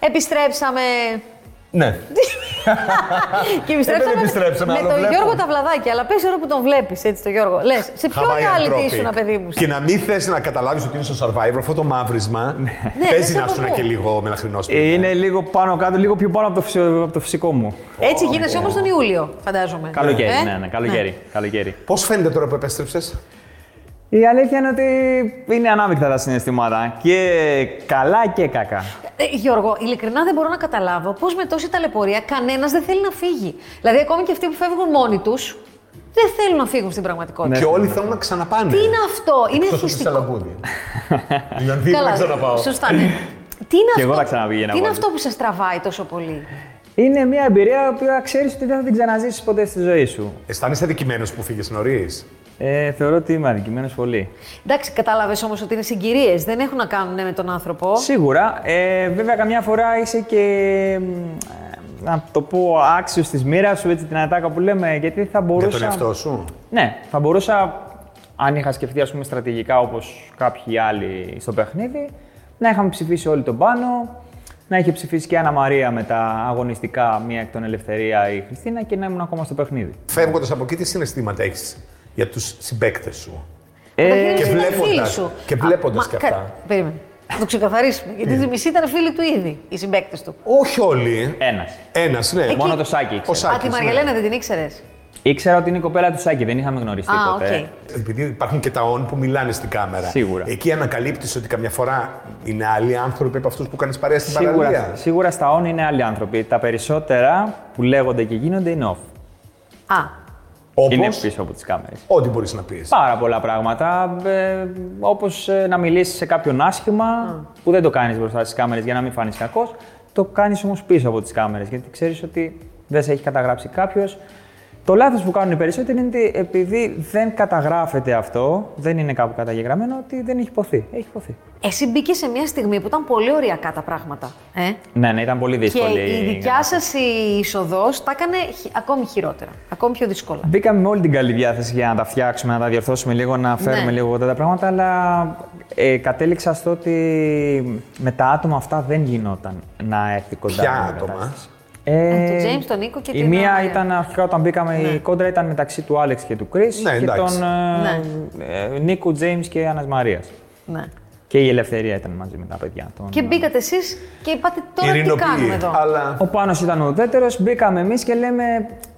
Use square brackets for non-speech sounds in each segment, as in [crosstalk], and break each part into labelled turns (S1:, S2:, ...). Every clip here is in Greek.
S1: Επιστρέψαμε.
S2: [laughs] Ναι.
S1: Και επιστρέψαμε.
S2: Ε, δεν επιστρέψαμε,
S1: με
S2: άλλο
S1: τον
S2: βλέπω.
S1: Γιώργο Ταυλαδάκη, αλλά πες τώρα που τον βλέπεις, έτσι τον Γιώργο. Λες, σε ποιο reality
S3: Tropic.
S1: ήσουν, παιδί μου.
S3: Και να μην θες να καταλάβεις ότι είναι στο survivor, αυτό το μαύρισμα παίζει
S1: Ναι,
S3: να
S1: δεν
S3: σου είναι
S1: το
S3: και
S1: πω.
S3: λίγο μελαχρινό.
S2: Ε,
S3: Είναι...
S2: Είναι λίγο πάνω κάτω, λίγο πιο πάνω από το, φυσιο- από το φυσικό
S3: Ναι.
S2: μου.
S1: Έτσι γίνεσαι όμως τον Ιούλιο, φαντάζομαι.
S2: Καλοκαίρι,
S1: Ε?
S2: ναι, ναι, καλοκαίρι. καλοκαίρι.
S3: Πώς φαίνεται τώρα που επέστρεψες,
S2: Η αλήθεια είναι ότι είναι ανάμεικτα τα συναισθήματα και καλά και κακά.
S1: Ε, Γιώργο, ειλικρινά δεν μπορώ να καταλάβω πώς με τόση ταλαιπωρία κανένας δεν θέλει να φύγει. Δηλαδή, ακόμη και αυτοί που φεύγουν μόνοι τους, δεν θέλουν να φύγουν στην πραγματικότητα.
S2: Ναι.
S3: Και όλοι θέλουν να ξαναπάνε.
S1: Ναι. Τι είναι αυτό, είναι
S3: Εκτός από τη
S1: εθιστικό. [laughs]
S3: Σαλαγκούνη. Δηλαδή δεν ξαναπάω.
S1: σωστά. Ναι. Τι είναι
S2: Κι εγώ
S1: αυτό,
S2: θα ξαναπήγαινα
S1: τι είναι
S2: πάλι.
S1: αυτό που σας τραβάει τόσο πολύ.
S2: Είναι μια εμπειρία που ξέρεις ότι δεν θα την ξαναζήσεις ποτέ στη ζωή σου.
S3: Αισθάνεσαι αδικημένος που φύγες νωρίς.
S2: Ε, θεωρώ ότι είμαι αδικημένος πολύ.
S1: Εντάξει, κατάλαβες όμως ότι είναι συγκυρίες, δεν έχουν να κάνουν ναι, με τον άνθρωπο.
S2: Σίγουρα. Ε, βέβαια, καμιά φορά είσαι και. μ, ε, Να το πω άξιος της μοίρας σου, έτσι την ατάκα που λέμε, γιατί θα μπορούσα.
S3: Για τον εαυτό σου.
S2: Ναι, θα μπορούσα, αν είχα σκεφτεί ας πούμε, στρατηγικά όπως κάποιοι άλλοι στο παιχνίδι, να είχαμε ψηφίσει όλοι τον πάνω, να είχε ψηφίσει και η Άννα Μαρία με τα αγωνιστικά, μία εκ των Ελευθερία η Χριστίνα και να ήμουν ακόμα στο παιχνίδι.
S3: Φεύγοντας από εκεί, τι συναισθήματα έχεις για τους συμπαίκτες σου.
S1: Ε,
S3: και βλέποντας- και βλέποντας και αυτά. Ναι.
S1: Περίμενε. Θα το ξεκαθαρίσουμε. Γιατί τη μισή ήταν φίλοι του ήδη, οι συμπαίκτες του.
S3: Όχι όλοι.
S2: Ένας.
S3: Ένας, ναι.
S1: Ε, Εκεί-
S2: Μόνο το Σάκη
S3: Ο
S2: ήξερα.
S3: Σάκης,
S1: Α, τη
S3: ναι.
S1: Μαργελένα δεν την ήξερες.
S2: Ήξερα ότι είναι η κοπέλα του Σάκη, δεν είχαμε γνωριστεί
S1: Α,
S2: ποτέ.
S1: οκ.
S3: Επειδή υπάρχουν και τα on που μιλάνε στην κάμερα.
S2: Σίγουρα.
S3: Εκεί ανακαλύπτεις ότι καμιά φορά είναι άλλοι άνθρωποι από αυτούς που κάνεις παρέα στην
S2: Σίγουρα,
S3: παραλία.
S2: σίγουρα στα on είναι άλλοι άνθρωποι. Τα περισσότερα που λέγονται και γίνονται είναι off.
S1: Α,
S2: Είναι
S3: Όπω.
S2: πίσω από τις κάμερες.
S3: Ό,τι μπορείς να πεις.
S2: Πάρα πολλά πράγματα. Ε, Όπως να μιλήσεις σε κάποιον άσχημα, που δεν το κάνεις μπροστά στις κάμερες για να μην φανεί κακός, το κάνεις όμως πίσω από τις κάμερες. Γιατί ξέρεις ότι δεν σε έχει καταγράψει κάποιος. Το λάθος που κάνουν οι περισσότεροι είναι ότι επειδή δεν καταγράφεται αυτό, δεν είναι κάπου καταγεγραμμένο, ότι δεν έχει υποθεί. Έχει υποθεί.
S1: εσύ μπήκες σε μια στιγμή που ήταν πολύ ωριακά τα πράγματα. Ε?
S2: Ναι, ναι, ήταν πολύ
S1: Και
S2: δύσκολη.
S1: η δικιά σας η είσοδος τα έκανε χι- ακόμη χειρότερα. Ακόμη πιο δύσκολα.
S2: Μπήκαμε με όλη την καλή διάθεση για να τα φτιάξουμε, να τα διορθώσουμε λίγο, να φέρουμε
S1: Ναι.
S2: λίγο αυτά τα πράγματα, αλλά ε, κατέληξα στο ότι με τα άτομα αυτά δεν γινόταν να έρθει κοντά.
S3: Ποια
S2: μια
S3: άτομα?
S2: κατάσταση. Ε,
S1: Ε, τον James, τον Νίκο και
S2: η
S1: την Ναι.
S2: μία
S1: Μαρία.
S2: ήταν αρχικά όταν μπήκαμε, η κόντρα ήταν μεταξύ του Άλεξ και του Κρις
S3: Ναι,
S2: και
S3: εντάξει.
S2: τον ε, ε, Νίκου, James και Άννας Μαρίας.
S1: Ναι.
S2: Και η Ελευθερία ήταν μαζί με τα παιδιά. Τον,
S1: Και μπήκατε εσείς και είπατε τώρα τι κάνουμε εδώ.
S3: Αλλά
S2: Ο Πάνος ήταν ο ουδέτερος, μπήκαμε εμείς και λέμε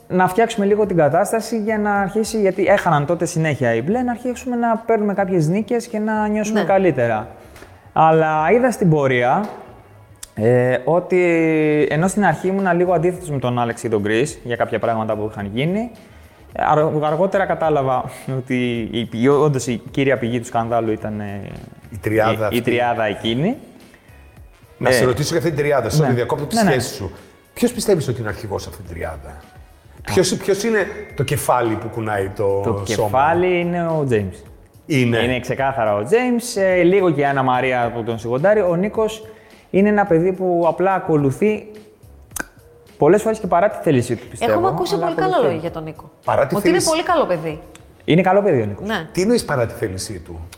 S2: να φτιάξουμε λίγο την κατάσταση για να αρχίσει, γιατί έχαναν τότε συνέχεια οι μπλε, να αρχίσουμε να παίρνουμε κάποιες νίκες και να νιώσουμε
S1: Ναι.
S2: καλύτερα. Αλλά είδα στην πορεία ε, ότι ενώ στην αρχή ήμουν λίγο αντίθετος με τον Άλεξ ή τον Κρίς για κάποια πράγματα που είχαν γίνει, αργ- αργότερα κατάλαβα ότι η, πηγή- όντως η κύρια πηγή του σκανδάλου ήταν ε,
S3: η τριάδα.
S2: η, η
S3: αυτή.
S2: τριάδα εκείνη.
S3: Να
S2: Ε.
S3: σε ρωτήσω για αυτή την τριάδα, σε
S2: Ναι.
S3: διακόπτω τη
S2: Ναι, ναι.
S3: σχέση σου. Ποιος πιστεύεις ότι είναι αρχηγός αυτή την τριάδα. Ποιος ποιος είναι το κεφάλι που κουνάει το, σώμα.
S2: Το κεφάλι είναι ο James.
S3: Είναι.
S2: Είναι ξεκάθαρα ο James, ε, λίγο και η Άννα Μαρία που τον σιγοντάρει. Ο Νίκος είναι ένα παιδί που απλά ακολουθεί πολλές φορές και παρά τη θέλησή του, πιστεύω.
S1: Έχουμε ακούσει
S2: αλλά
S1: πολύ καλά
S2: ακολουθεί.
S1: λόγια για τον Νίκο.
S3: Παρά τη
S1: Ότι είναι
S3: θέληση.
S1: πολύ καλό παιδί.
S2: Είναι καλό παιδί ο Νίκος.
S1: Ναι.
S3: Τι εννοείς παρά τη θέλησή του.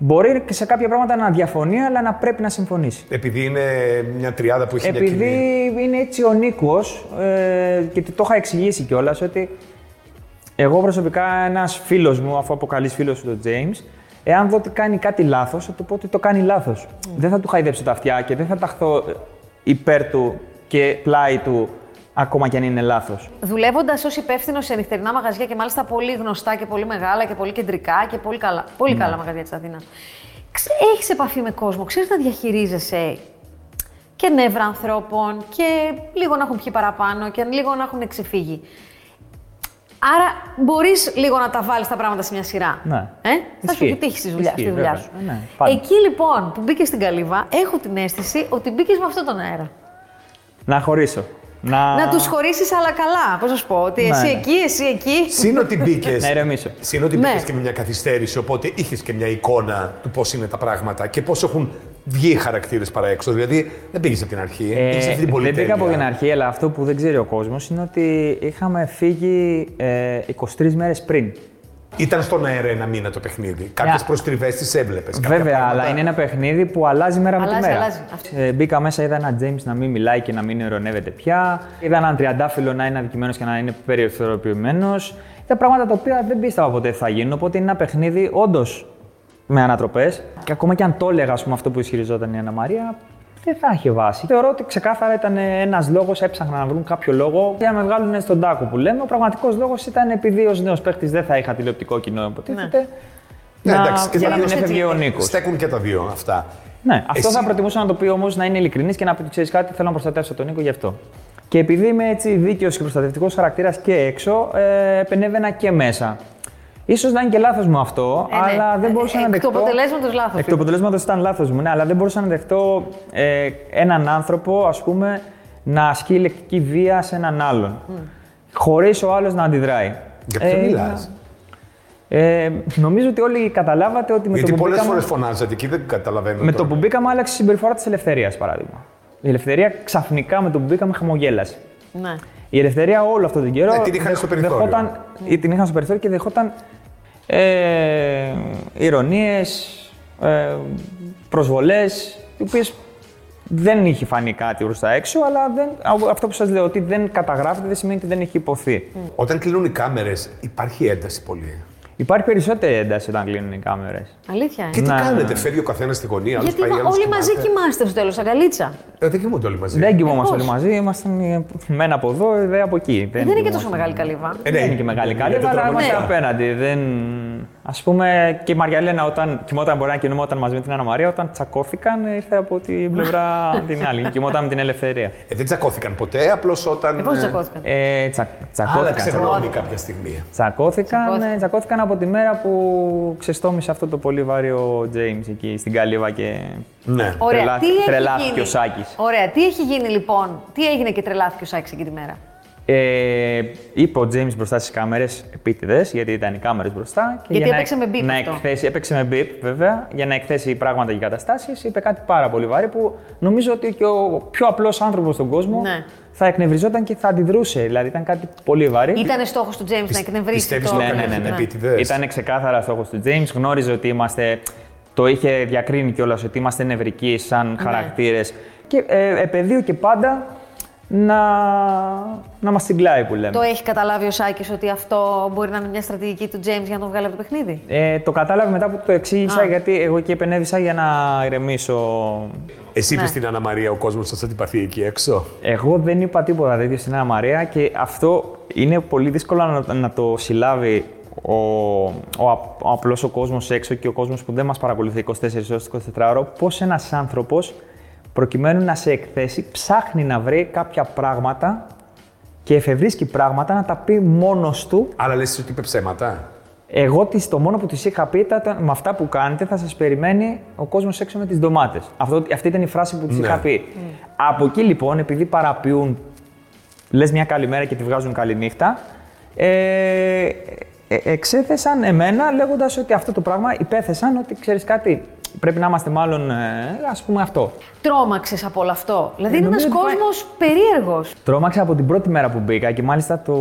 S2: Μπορεί και σε κάποια πράγματα να διαφωνεί, αλλά να πρέπει να συμφωνήσει.
S3: Επειδή είναι μια τριάδα που έχει μια
S2: Επειδή
S3: κοινή.
S2: είναι έτσι ο Νίκος, ε, και του το είχα εξηγήσει κιόλας ότι εγώ προσωπικά ένας φίλος μου, αφού αποκαλείς φίλος του τον James, εάν δω ότι κάνει κάτι λάθος, θα του πω ότι το κάνει λάθος. Δεν θα του χαϊδέψω τα αυτιά και δεν θα ταχθώ υπέρ του και πλάι του, ακόμα κι αν είναι λάθος.
S1: Δουλεύοντας ως υπεύθυνος σε νυχτερινά μαγαζιά και μάλιστα πολύ γνωστά και πολύ μεγάλα και πολύ κεντρικά και πολύ καλά, πολύ
S2: Ναι.
S1: καλά μαγαζιά της Αθήνας. Έχεις επαφή με κόσμο, ξέρεις να διαχειρίζεσαι και νεύρα ανθρώπων και λίγο να έχουν πιει παραπάνω και λίγο να έχουν ξεφύγει. Άρα μπορείς λίγο να τα βάλεις τα πράγματα σε μια σειρά.
S2: Ναι.
S1: Ε? Θα σου
S2: Ισχύει.
S1: επιτύχει στη δουλειά, στη
S2: Ισχύει,
S1: δουλειά
S2: βέβαια.
S1: σου.
S2: Ναι, πάντα.
S1: Εκεί λοιπόν που μπήκες στην καλύβα, έχω την αίσθηση ότι μπήκες με αυτόν τον αέρα.
S2: Να χωρίσω. Να,
S1: Να τους χωρίσεις αλλά καλά. Πώς να σου πω, ότι
S2: Ναι,
S1: εσύ
S2: ναι.
S1: εκεί, εσύ εκεί.
S3: Συν ότι μπήκες.
S2: να ηρεμήσω.
S3: Συν ότι
S1: Ναι.
S3: μπήκε και με μια καθυστέρηση, οπότε είχες και μια εικόνα του πώς είναι τα πράγματα και πώς έχουν βγει οι χαρακτήρες παρά έξω. Δηλαδή δεν πήγες από την αρχή.
S2: Ε,
S3: Ε, αυτή την
S2: δεν
S3: πολυτέλεια.
S2: πήγα από την αρχή, αλλά αυτό που δεν ξέρει ο κόσμος είναι ότι είχαμε φύγει ε, 23 μέρες πριν.
S3: Ήταν στον αέρα ένα μήνα το παιχνίδι. Κάποιε
S2: Ναι.
S3: προστριβές τις έβλεπες.
S2: Βέβαια, αλλά είναι ένα παιχνίδι που αλλάζει μέρα με τη
S1: Αλλάζει,
S2: μέρα.
S1: αλλάζει. Αυτό.
S2: Ε, μπήκα μέσα, είδα έναν James να μην μιλάει και να μην ειρωνεύεται πια. Είδα έναν τριαντάφυλλο να είναι αδικημένος και να είναι περιευθεροποιημένο. Είδα πράγματα τα οποία δεν πίστευα ποτέ θα γίνουν. Οπότε είναι ένα παιχνίδι όντως με ανατροπές. Και ακόμα και αν το έλεγα ας πούμε, αυτό που ισχυριζόταν η Αννα Μαρία, δεν θα είχε βάση. Θεωρώ ότι ξεκάθαρα ήταν ένας λόγος, έψαχναν να βρουν κάποιο λόγο για να με βγάλουν στον τάκο που λέμε. Ο πραγματικός λόγος ήταν επειδή ως νέος παίχτης δεν θα είχα τηλεοπτικό κοινό, υποτίθεται.
S3: Ναι,
S2: να-
S3: εντάξει, και
S2: για να
S3: τελείως
S2: μην
S1: έτσι
S2: έφευγε ο
S1: είναι.
S2: Νίκος.
S3: Στέκουν και τα δύο αυτά.
S2: Ναι, αυτό
S3: Εσύ-
S2: θα προτιμούσα να το πει όμως να είναι ειλικρινής και να πει: Ξέρεις κάτι, θέλω να προστατεύσω τον Νίκο γι' αυτό. Και επειδή είμαι έτσι δίκαιος και προστατευτικός χαρακτήρας και έξω, ε, επενέβαινα και μέσα. σω να είναι και λάθος μου αυτό,
S1: Ε, ναι.
S2: αλλά δεν μπορούσα
S1: Εκ
S2: να
S1: του
S2: δεχτώ.
S1: αποτελέσματος λάθος
S2: Εκ του
S1: ήταν.
S2: αποτελέσματος ήταν λάθος μου, ναι, αλλά δεν μπορούσα να δεχτώ ε, έναν άνθρωπο, ας πούμε, να ασκεί ηλεκτρική βία σε έναν άλλον. Χωρίς ο άλλος να αντιδράει.
S3: Για ποιο
S2: Ε,
S3: μιλάς.
S2: Ε, νομίζω ότι όλοι καταλάβατε ότι με
S3: Γιατί
S2: το που
S3: πολλές
S2: μπήκαμε-
S3: φορές φωνάζατε και δεν καταλαβαίνω.
S2: με
S3: τώρα.
S2: το που μπήκαμε άλλαξε η συμπεριφορά της ελευθερίας, παράδειγμα. Η ελευθερία ξαφνικά με το που μπήκαμε χαμογέλασε.
S1: Ναι.
S2: Η ελευθερία όλο αυτόν τον καιρό.
S3: Ναι, την είχαν στο περιθώριο.
S2: Δεχόταν, ή την είχαν στο περιθώριο και δεχόταν ε, ηρωνίες, ε, προσβολές, οι οποίες δεν είχε φανεί κάτι προς τα έξω, αλλά δεν, αυτό που σας λέω ότι δεν καταγράφεται δεν σημαίνει ότι δεν έχει υποθεί.
S1: Mm.
S3: Όταν κλείνουν οι κάμερες, υπάρχει ένταση πολύ.
S2: Υπάρχει περισσότερη ένταση όταν κλείνουν οι κάμερες.
S1: Αλήθεια. ε.
S3: Και τι
S2: Ναι, ναι,
S3: κάνετε,
S2: ναι.
S3: φεύγει ο καθένας στη γωνία. άλλος
S1: Γιατί
S3: πάει,
S1: μα-
S3: άλλος
S1: όλοι μαζί
S3: κοιμάται.
S1: κοιμάστε στο τέλος, αγκαλίτσα.
S3: Ε, Δεν κοιμούνται όλοι μαζί.
S2: Δεν κοιμόμαστε
S1: Ε,
S2: όλοι
S1: πώς? Ε,
S2: μαζί, ήμασταν ε, μένα από εδώ, δε από εκεί.
S1: Δεν είναι και τόσο
S2: κοιμόμασταν.
S1: μεγάλη καλύβα.
S3: Ε,
S2: Δεν είναι και μεγάλη κάλυβα, αλλά είμαστε
S1: τραγουδιστά.
S2: απέναντι. Δεν... Ας πούμε και η Μαριαλένα όταν κοιμόταν, μπορεί να κοιμόταν μαζί με την Αννα Μαρία, όταν τσακώθηκαν ήρθε από την πλευρά την
S3: [laughs]
S2: άλλη. Κοιμόταν με την ελευθερία.
S3: Ε, δεν τσακώθηκαν ποτέ, απλώς όταν.
S1: Ε, Πώς
S3: ε,
S1: τσακώθηκαν.
S2: Ε, τσα...
S3: Άλλαξε
S2: τσακώθηκαν.
S3: γνώμη κάποια στιγμή.
S2: Τσακώθηκαν,
S1: Τσακώθηκαν.
S2: ε, τσακώθηκαν από τη μέρα που ξεστόμησε αυτό το πολύ βάριο James εκεί στην Καλύβα και.
S3: Ναι.
S1: Ωραία,
S2: τρελά-
S1: τι έχει
S2: τρελάθηκε
S1: γίνει.
S2: ο Σάκης.
S1: Ωραία, τι έχει γίνει λοιπόν, τι έγινε και τρελάθηκε ο Σάκης εκεί τη μέρα.
S2: Ε, είπε ο James μπροστά στις κάμερες επίτηδες, γιατί ήταν οι κάμερες μπροστά. Και
S1: Γιατί
S2: για να
S1: έπαιξε
S2: εκ-
S1: με beep
S2: να
S1: αυτό.
S2: εκθέσει, έπαιξε με beep, βέβαια, για να εκθέσει πράγματα και καταστάσεις. Είπε κάτι πάρα πολύ βαρύ που νομίζω ότι και ο πιο απλός άνθρωπος στον κόσμο
S1: Ναι.
S2: θα εκνευριζόταν και θα αντιδρούσε. Δηλαδή ήταν κάτι πολύ βαρύ.
S1: Ήτανε στόχος του James να εκνευρίσει
S3: πιστεύεις
S1: το...
S3: ότι
S2: Ναι, ναι, ναι.
S3: Ήταν
S2: ναι.
S3: επίτηδες.
S2: Ήταν ξεκάθαρα στόχος του James. Γνώριζε ότι είμαστε. Το είχε διακρίνει κιόλας ότι είμαστε νευρικοί σαν
S1: Ναι.
S2: χαρακτήρες. Και ε, επαιδείωκε πάντα να, να μας τσιγκλάει που λέμε.
S1: Το έχει καταλάβει ο Σάκης ότι αυτό μπορεί να είναι μια στρατηγική του James για να τον βγάλει από το παιχνίδι.
S2: Ε, το κατάλαβε μετά που το εξήγησα,
S1: Α.
S2: γιατί εγώ και επενέβησα για να ηρεμήσω.
S3: Εσύ είπε
S1: Ναι.
S3: στην Αννα Μαρία, ο κόσμος σα αντιπαθεί εκεί έξω.
S2: Εγώ δεν είπα τίποτα τέτοιο στην Άννα Μαρία και αυτό είναι πολύ δύσκολο να, να το συλλάβει ο, ο, απ- ο απλός ο κόσμος έξω και ο κόσμος που δεν μας παρακολουθεί 24 ώρες 24 ώρο, πώς ένας άνθρωπος προκειμένου να σε εκθέσει ψάχνει να βρει κάποια πράγματα και εφευρίσκει πράγματα να τα πει μόνος του
S3: Αλλά λες ότι είπε ψέματα.
S2: Εγώ τις, το μόνο που της είχα πει ήταν με αυτά που κάνετε θα σας περιμένει ο κόσμος έξω με τις ντομάτες. Αυτή ήταν η φράση που της
S3: Ναι.
S2: είχα πει. Από εκεί λοιπόν, επειδή παραποιούν, λες μια καλημέρα και τη βγάζουν καληνύχτα, ε, ε, εξέθεσαν εμένα λέγοντας ότι αυτό το πράγμα υπέθεσαν ότι ξέρεις κάτι. Πρέπει να είμαστε μάλλον, ε, ας πούμε αυτό.
S1: Τρόμαξες από όλο αυτό. Δηλαδή είναι ένας
S2: νομίζω ότι πάει-
S1: κόσμος περίεργος.
S2: Τρόμαξα από την πρώτη μέρα που μπήκα και μάλιστα το,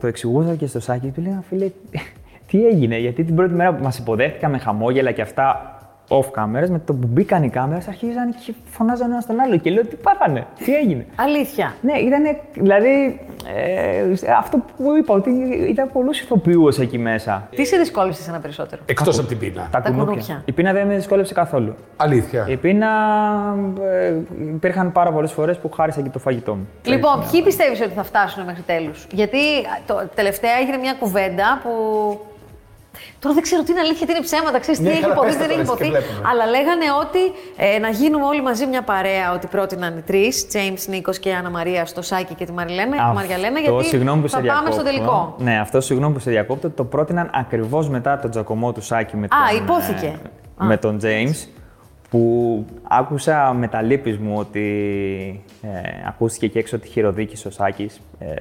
S2: το εξηγούσα και στο Σάκη. Του λέγα, φίλε, [laughs] τι έγινε, γιατί την πρώτη μέρα που μας υποδέχτηκαν με χαμόγελα και αυτά off κάμερες, με το που μπήκαν οι κάμερες αρχίζαν και φωνάζαν ένα τον άλλο. Και λέω, τι πάθανε, τι έγινε.
S1: Αλήθεια.
S2: Ναι, ήταν δηλαδή ε, αυτό που είπα, ότι ήταν πολλούς ηθοποιούς εκεί μέσα.
S1: Τι σε δυσκόλεψε εσένα περισσότερο.
S3: Εκτός από την πείνα.
S2: Τα,
S1: κουνούπια.
S2: Η πείνα δεν με δυσκόλεψε καθόλου. Η
S3: Αλήθεια.
S2: πείνα ε, υπήρχαν πάρα πολλές φορές που χάρισα και το φαγητό μου.
S1: Λοιπόν, ποιοι πιστεύεις ότι θα φτάσουν μέχρι τέλους. Γιατί το, τελευταία έγινε μια κουβέντα που. Τώρα δεν ξέρω τι είναι αλήθεια, τι είναι ψέματα, ξέρεις τι
S3: Ναι,
S1: έχει
S3: καλά,
S1: υποθεί,
S3: πες το
S1: δεν έχει
S3: τώρα,
S1: υποθεί.
S3: έτσι και βλέπουμε.
S1: Αλλά λέγανε ότι ε, να γίνουμε όλοι μαζί μια παρέα, ότι πρότειναν οι τρεις, James, Νίκος και Άννα Μαρία, στο Σάκη και τη Μαριλένα, Μαριαλένα,
S2: Αυτό,
S1: γιατί
S2: συγγνώμη που
S1: θα
S2: σε
S1: πάμε στο
S2: διακόπτω.
S1: τελικό.
S2: Ναι, αυτό συγγνώμη που σε διακόπτω. Το πρότειναν ακριβώς μετά τον Τζακωμό του Σάκη με τον.
S1: Α, υπόθηκε.
S2: ε, με τον James. Που άκουσα με τα λύπης μου ότι ε, ακούστηκε και έξω ότι χειροδίκησε ο Σάκης. Ε,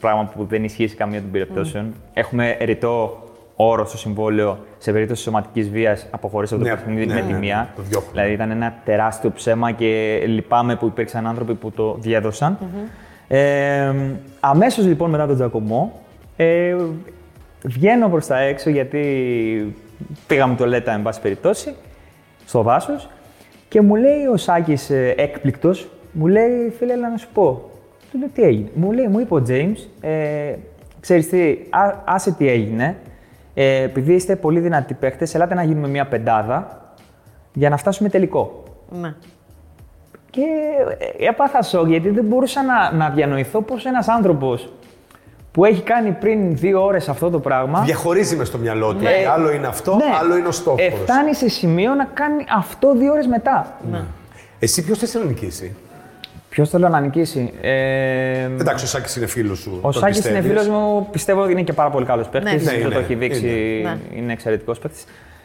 S2: πράγμα που δεν ισχύει σε καμία των
S1: Mm.
S2: περιπτώσεων. Έχουμε ρητό όρο στο συμβόλαιο σε περίπτωση σωματικής βίας αποχωρήσει από το
S3: Ναι,
S2: παιχνίδι
S3: ναι,
S2: με
S3: ναι,
S2: τη
S3: ναι,
S2: μία.
S3: το διώχνουμε.
S2: Δηλαδή ήταν ένα τεράστιο ψέμα και λυπάμαι που υπήρξαν άνθρωποι που το διέδωσαν. Ε, αμέσως λοιπόν μετά τον Τζακωμό, ε, Βγαίνω προς τα έξω γιατί πήγαμε τολέτα, εν πάση περιπτώσει, στο δάσο. Και μου λέει ο Σάκης έκπληκτος, μου λέει, φίλε, έλα να σου πω. Του λέω τι έγινε. Μου λέει, μου είπε ο Τζέιμ, ε, ξέρεις τι, α, άσε τι έγινε. Ε, επειδή είστε πολύ δυνατοί παίχτε, ελάτε να γίνουμε μια πεντάδα για να φτάσουμε τελικό.
S1: Ναι.
S2: Και ε, έπαθα σοκ γιατί δεν μπορούσα να, να διανοηθώ πώς ένας άνθρωπος που έχει κάνει πριν δύο ώρες αυτό το πράγμα.
S3: Διαχωρίζει μες στο μυαλό του.
S2: Ναι.
S3: Άλλο είναι αυτό, άλλο είναι ο στόχος.
S2: ε, φτάνει σε σημείο να κάνει αυτό δύο ώρες μετά.
S1: Ναι.
S3: Εσύ ποιος θε να νικήσει.
S2: Ποιο θέλω να νικήσει. Ε,
S3: Εντάξει, ο Σάκης είναι φίλος σου.
S2: ο
S3: τον
S2: Σάκης είναι
S3: πιστεύεις.
S2: φίλος μου. Πιστεύω ότι είναι και πάρα πολύ καλός παίκτης.
S1: Ναι,
S2: το
S3: είναι,
S2: έχει δείξει.
S3: είναι.
S2: Είναι, εξαιρετικό παίκτη.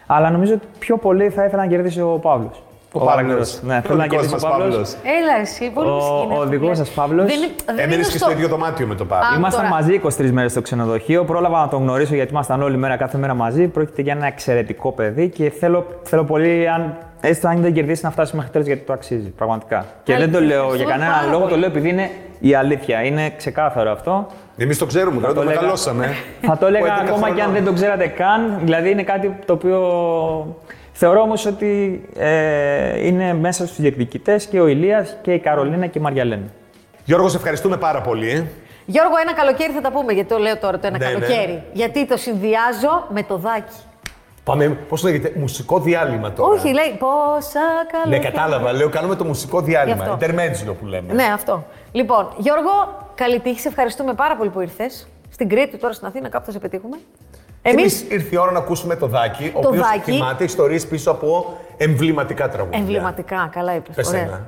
S2: Αλλά νομίζω ότι πιο πολύ θα ήθελα να κερδίσει ο Παύλος.
S3: Ο Παύλος.
S2: Ναι,
S3: Ο
S2: θέλω να
S3: δικός
S2: κερδίσει ο
S3: μας
S2: Παύλος.
S3: Παύλος.
S1: Έλα εσύ, πολύ
S2: Ο-
S1: μουσική.
S2: ο οδηγός σας, Παύλος.
S3: Έμενε και στο ίδιο δωμάτιο με τον Παύλο.
S1: Α.
S2: Ήμασταν
S1: τώρα.
S2: μαζί 23 μέρες στο ξενοδοχείο. Πρόλαβα να τον γνωρίσω γιατί ήμασταν όλη μέρα, κάθε μέρα μαζί. Πρόκειται για ένα εξαιρετικό παιδί και θέλω, θέλω πολύ, αν, έστω αν δεν κερδίσει, να φτάσει μέχρι τέλος γιατί το αξίζει. Πραγματικά. Και
S1: Αλήθεια,
S2: δεν το λέω για
S1: ευχαριστούμε
S2: κανένα
S1: πάρα
S2: λόγο,
S1: πολύ.
S2: το λέω επειδή είναι η αλήθεια. Είναι ξεκάθαρο αυτό.
S3: Εμείς το ξέρουμε, καλά, το
S2: λέγα-
S3: μεγαλώσαμε.
S2: Θα το
S3: [laughs]
S2: έλεγα
S3: Ο 11
S2: ακόμα και αν
S3: χρονών.
S2: δεν το ξέρατε καν. Δηλαδή είναι κάτι το οποίο θεωρώ όμως ότι ε, είναι μέσα στους διεκδικητές και ο Ηλίας και η Καρολίνα και η Μαριαλένα.
S3: Γιώργος, σε ευχαριστούμε πάρα πολύ. ε.
S1: Γιώργο, ένα καλοκαίρι θα τα πούμε, γιατί το λέω τώρα το ένα
S3: Ναι, ναι.
S1: καλοκαίρι. Γιατί το συνδυάζω με το δάκι.
S3: Πάμε, πώς λέγεται, μουσικό διάλειμμα τώρα.
S1: Όχι, λέει πόσα
S3: Ναι,
S1: καλοκαίρια.
S3: κατάλαβα. Λέω, κάνουμε το μουσικό
S1: Γι'
S3: διάλειμμα.
S1: αυτό.
S3: Intermezzo που λέμε.
S1: Ναι, αυτό. Λοιπόν, Γιώργο, καλή τύχη. Σε ευχαριστούμε πάρα πολύ που ήρθες. Στην Κρήτη, τώρα στην Αθήνα, κάπου θα σε πετύχουμε. Εμείς.
S3: Εμείς ήρθε η ώρα να ακούσουμε το Δάκη, ο
S1: Το
S3: οποίος
S1: Δάκη.
S3: θυμάται ιστορίες πίσω από εμβληματικά τραγούδια.
S1: Εμβληματικά, καλά είπες.
S3: Πες ένα.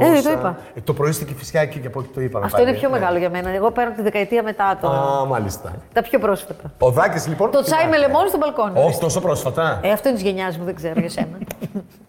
S1: Ε, το είπα.
S3: Ε, το πρωί στην Κηφισιάκη και από εκεί το είπαμε.
S1: Αυτό
S3: πάλι.
S1: είναι πιο
S3: Ναι.
S1: μεγάλο για μένα. Εγώ παίρνω τη δεκαετία μετά το.
S3: Α, μάλιστα.
S1: Τα πιο πρόσφατα.
S3: Ο Δάκης λοιπόν.
S1: Το τσάι με
S3: θυμάται.
S1: λεμόνι στο μπαλκόνι.
S3: Όχι, τόσο πρόσφατα. [laughs]
S1: Ε, αυτό είναι της γενιάς μου, δεν ξέρω για σένα.